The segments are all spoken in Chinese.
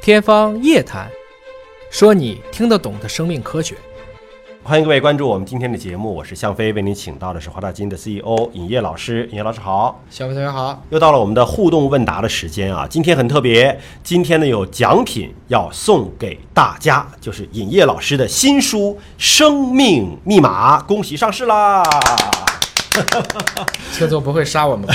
天方夜谭，说你听得懂的生命科学。欢迎各位关注我们今天的节目，我是向飞，为您请到的是华大基因的 CEO 尹烨老师。尹烨老师好，小飞同学好，又到了我们的互动问答的时间啊！今天很特别，今天呢有奖品要送给大家，就是尹烨老师的新书《生命密码》，恭喜上市啦！星座不会杀我们吧？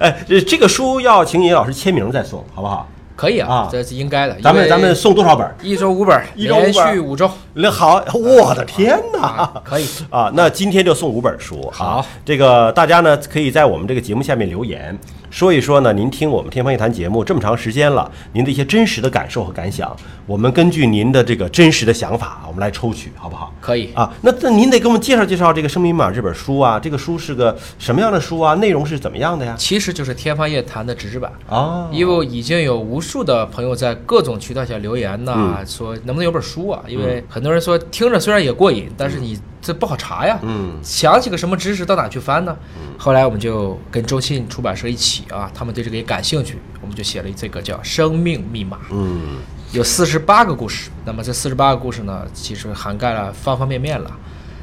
哎，这这个书要请尹烨老师签名再送，好不好？ 可以啊啊，这是应该的。咱因们为咱们送多少本儿？一周五本儿，一周五本连儿续五周那好，我的天哪！啊，可以。啊，那今天就送五本书。好啊，这个大家呢可以在我们这个节目下面留言，说一说呢您听我们《天方夜谭》节目这么长时间了，您的一些真实的感受和感想。我们根据您的这个真实的想法，我们来抽取，好不好？可以啊，那那您得给我们介绍介绍这个《生命密码》这本书啊，这个书是个什么样的书啊？内容是怎么样的呀？其实就是《天方夜谭》的纸质版。啊，因为已经有无数的朋友在各种渠道下留言呐、说能不能有本书啊？因为很多人说听着虽然也过瘾，但是你这不好查呀。嗯，想起个什么知识到哪去翻呢？后来我们就跟中信出版社一起啊，他们对这个也感兴趣，我们就写了这个叫《生命密码》。嗯，有四十八个故事。那么这四十八个故事呢，其实涵盖了方方面面了，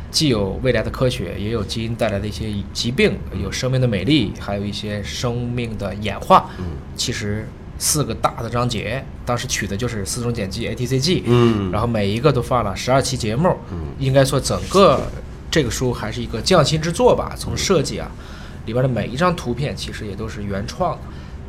既有未来的科学，也有基因带来的一些疾病，有生命的美丽，还有一些生命的演化。嗯，其实四个大的章节，当时取的就是四种碱基 ATCG。嗯，然后每一个都放了十二期节目。应该说整个这个书还是一个匠心之作吧，嗯从设计啊。里边的每一张图片其实也都是原创的，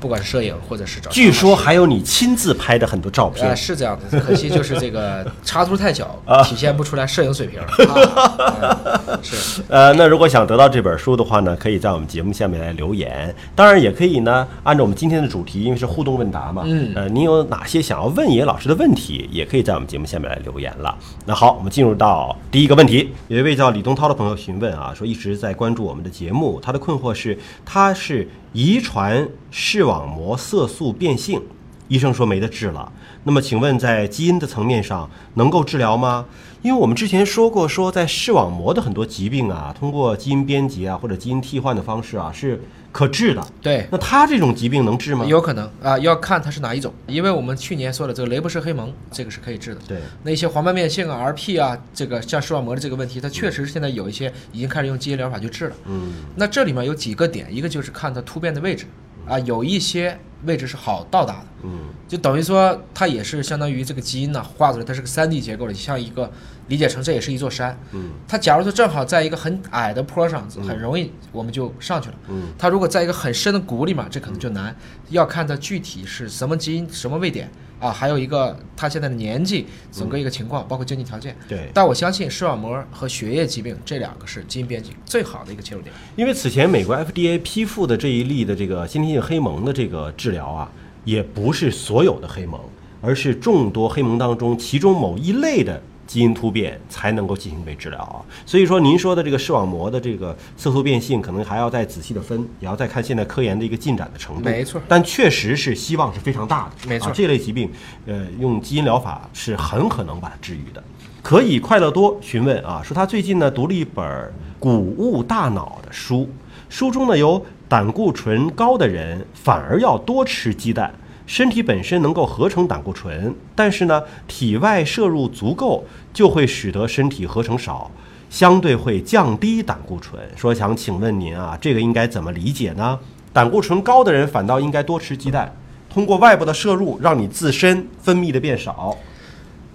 不管是摄影或者是找插画师。据说还有你亲自拍的很多照片呃，。是这样的， 可惜就是这个插图太小，啊体现不出来摄影 水平。啊嗯是，呃，那如果想得到这本书的话呢，可以在我们节目下面来留言，当然也可以呢，按照我们今天的主题，因为是互动问答嘛，嗯呃，您有哪些想要问野老师的问题，也可以在我们节目下面来留言了。那好，我们进入到第一个问题，有一位叫李东涛的朋友询问啊，说一直在关注我们的节目，他的困惑是他是遗传视网膜色素变性。医生说没得治了。那么，请问在基因的层面上能够治疗吗？因为我们之前说过，说在视网膜的很多疾病啊，通过基因编辑啊或者基因替换的方式啊是可治的。对，那他这种疾病能治吗？有可能啊、要看它是哪一种，因为我们去年说了，这个雷布氏黑蒙这个是可以治的。对，那些黄斑变性啊、RP 啊，这个像视网膜的这个问题，它确实现在有一些已经开始用基因疗法去治了。嗯那这里面有几个点，一个就是看它突变的位置啊，有一些位置是好到达的，嗯就等于说它也是相当于这个基因呢、画出来，它是个三 D 结构的，像一个理解成这也是一座山。嗯，它假如说正好在一个很矮的坡上，很容易我们就上去了。嗯，它如果在一个很深的谷里面，这可能就难，要看它具体是什么基因、什么位点啊，还有一个它现在的年纪、整个一个情况，包括经济条件。嗯对。但我相信视网膜和血液疾病这两个是基因编辑最好的一个切入点。因为此前美国 FDA 批复的这一例的这个先天性黑蒙的这个治疗啊，也不是所有的黑蒙，而是众多黑蒙当中其中某一类的基因突变才能够进行被治疗啊。所以说，您说的这个视网膜的这个色素变性，可能还要再仔细的分，也要再看现在科研的一个进展的程度。没错但确实是希望是非常大的。没错啊这类疾病，呃，用基因疗法是很可能把它治愈的。可以快乐多询问啊，说他最近呢读了一本《谷物大脑》的书，书中呢有胆固醇高的人反而要多吃鸡蛋，身体本身能够合成胆固醇，但是呢体外摄入足够就会使得身体合成少，相对会降低胆固醇。说想请问您啊，这个应该怎么理解呢？胆固醇高的人反倒应该多吃鸡蛋，通过外部的摄入让你自身分泌的变少。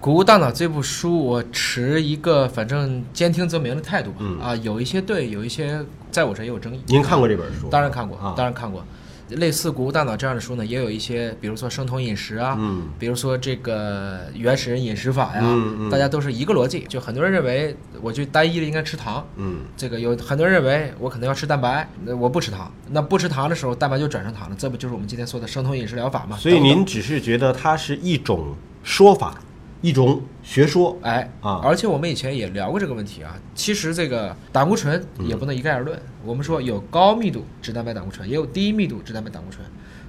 《谷物大脑》这部书，我持一个反正兼听则明的态度吧。啊，有一些对，有一些在我这儿也有争议。嗯您看过这本书？当然看过，啊当然看过。类似《谷物大脑》这样的书呢，也有一些，比如说生酮饮食啊，嗯比如说这个原始人饮食法呀，嗯嗯大家都是一个逻辑。就很多人认为，我就单一的应该吃糖。嗯这个有很多人认为我可能要吃蛋白，那我不吃糖。那不吃糖的时候，蛋白就转成糖了，这不就是我们今天说的生酮饮食疗法吗？所以等等您只是觉得它是一种说法，一种学说。哎啊而且我们以前也聊过这个问题啊。其实这个胆固醇嗯也不能一概而论。我们说有高密度脂蛋白胆固醇，也有低密度脂蛋白胆固醇，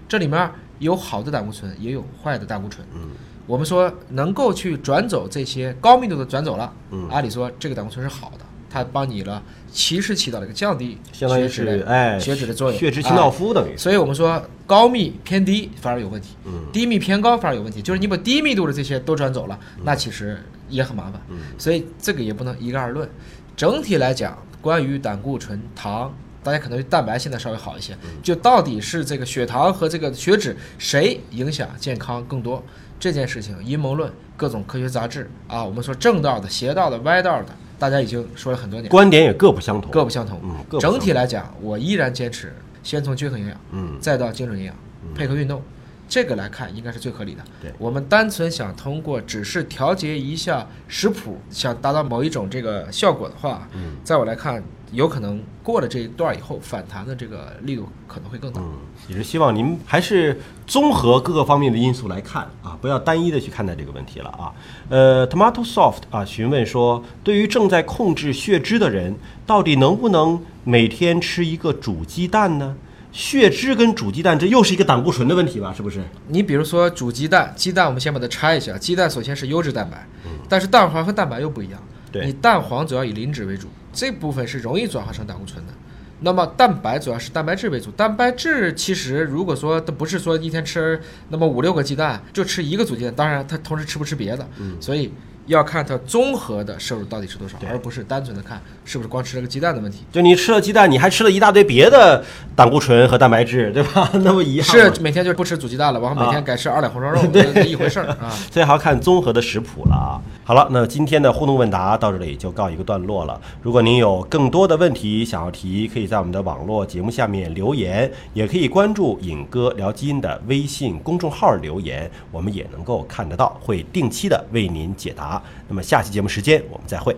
这里面有好的胆固醇，也有坏的胆固醇。嗯我们说能够去转走这些高密度的转走了，嗯按理说这个胆固醇是好的。它帮你了，其实起到了一个降低相当于血脂是的哎血脂的作用，血脂哎清道夫等于是。所以我们说高密偏低反而有问题，嗯低密偏高反而有问题，就是你把低密度的这些都转走了，那其实也很麻烦。嗯所以这个也不能一概而论。整体来讲，关于胆固醇、糖，大家可能对蛋白现在稍微好一些，嗯就到底是这个血糖和这个血脂谁影响健康更多这件事情，阴谋论，各种科学杂志啊，我们说正道的、邪道的、歪道的，大家已经说了很多年，观点也各不相同，各不相同。嗯各不相同整体来讲，我依然坚持先从均衡营养。嗯再到精准营养，配合运动，这个来看应该是最合理的。对我们单纯想通过只是调节一下食谱，想达到某一种这个效果的话，嗯在我来看，有可能过了这一段以后，反弹的这个力度可能会更大。嗯，也是希望您还是综合各个方面的因素来看啊，不要单一的去看待这个问题了啊。呃，Tomato Soft 啊询问说，对于正在控制血脂的人，到底能不能每天吃一个煮鸡蛋呢？血脂跟煮鸡蛋，这又是一个胆固醇的问题吧？是不是？你比如说煮鸡蛋，鸡蛋我们先把它拆一下，鸡蛋首先是优质蛋白，但是蛋黄和蛋白又不一样。嗯对你蛋黄主要以磷脂为主，这部分是容易转化成胆固醇的。那么蛋白主要是蛋白质为主，蛋白质其实如果说它不是说一天吃那么五六个鸡蛋，就吃一个煮鸡蛋，当然它同时吃不吃别的，所以要看它综合的摄入到底是多少嗯对，而不是单纯的看是不是光吃了个鸡蛋的问题。就你吃了鸡蛋，你还吃了一大堆别的胆固醇和蛋白质，对吧？ 那么遗憾是吗每天就不吃煮鸡蛋了，然后每啊天改吃二两红烧 肉，这一回事儿啊。所以还要看综合的食谱了啊。好了，那今天的互动问答到这里就告一个段落了。如果您有更多的问题想要提，可以在我们的网络节目下面留言，也可以关注“尹哥聊基因”的微信公众号留言，我们也能够看得到，会定期的为您解答。那么下期节目时间我们再会。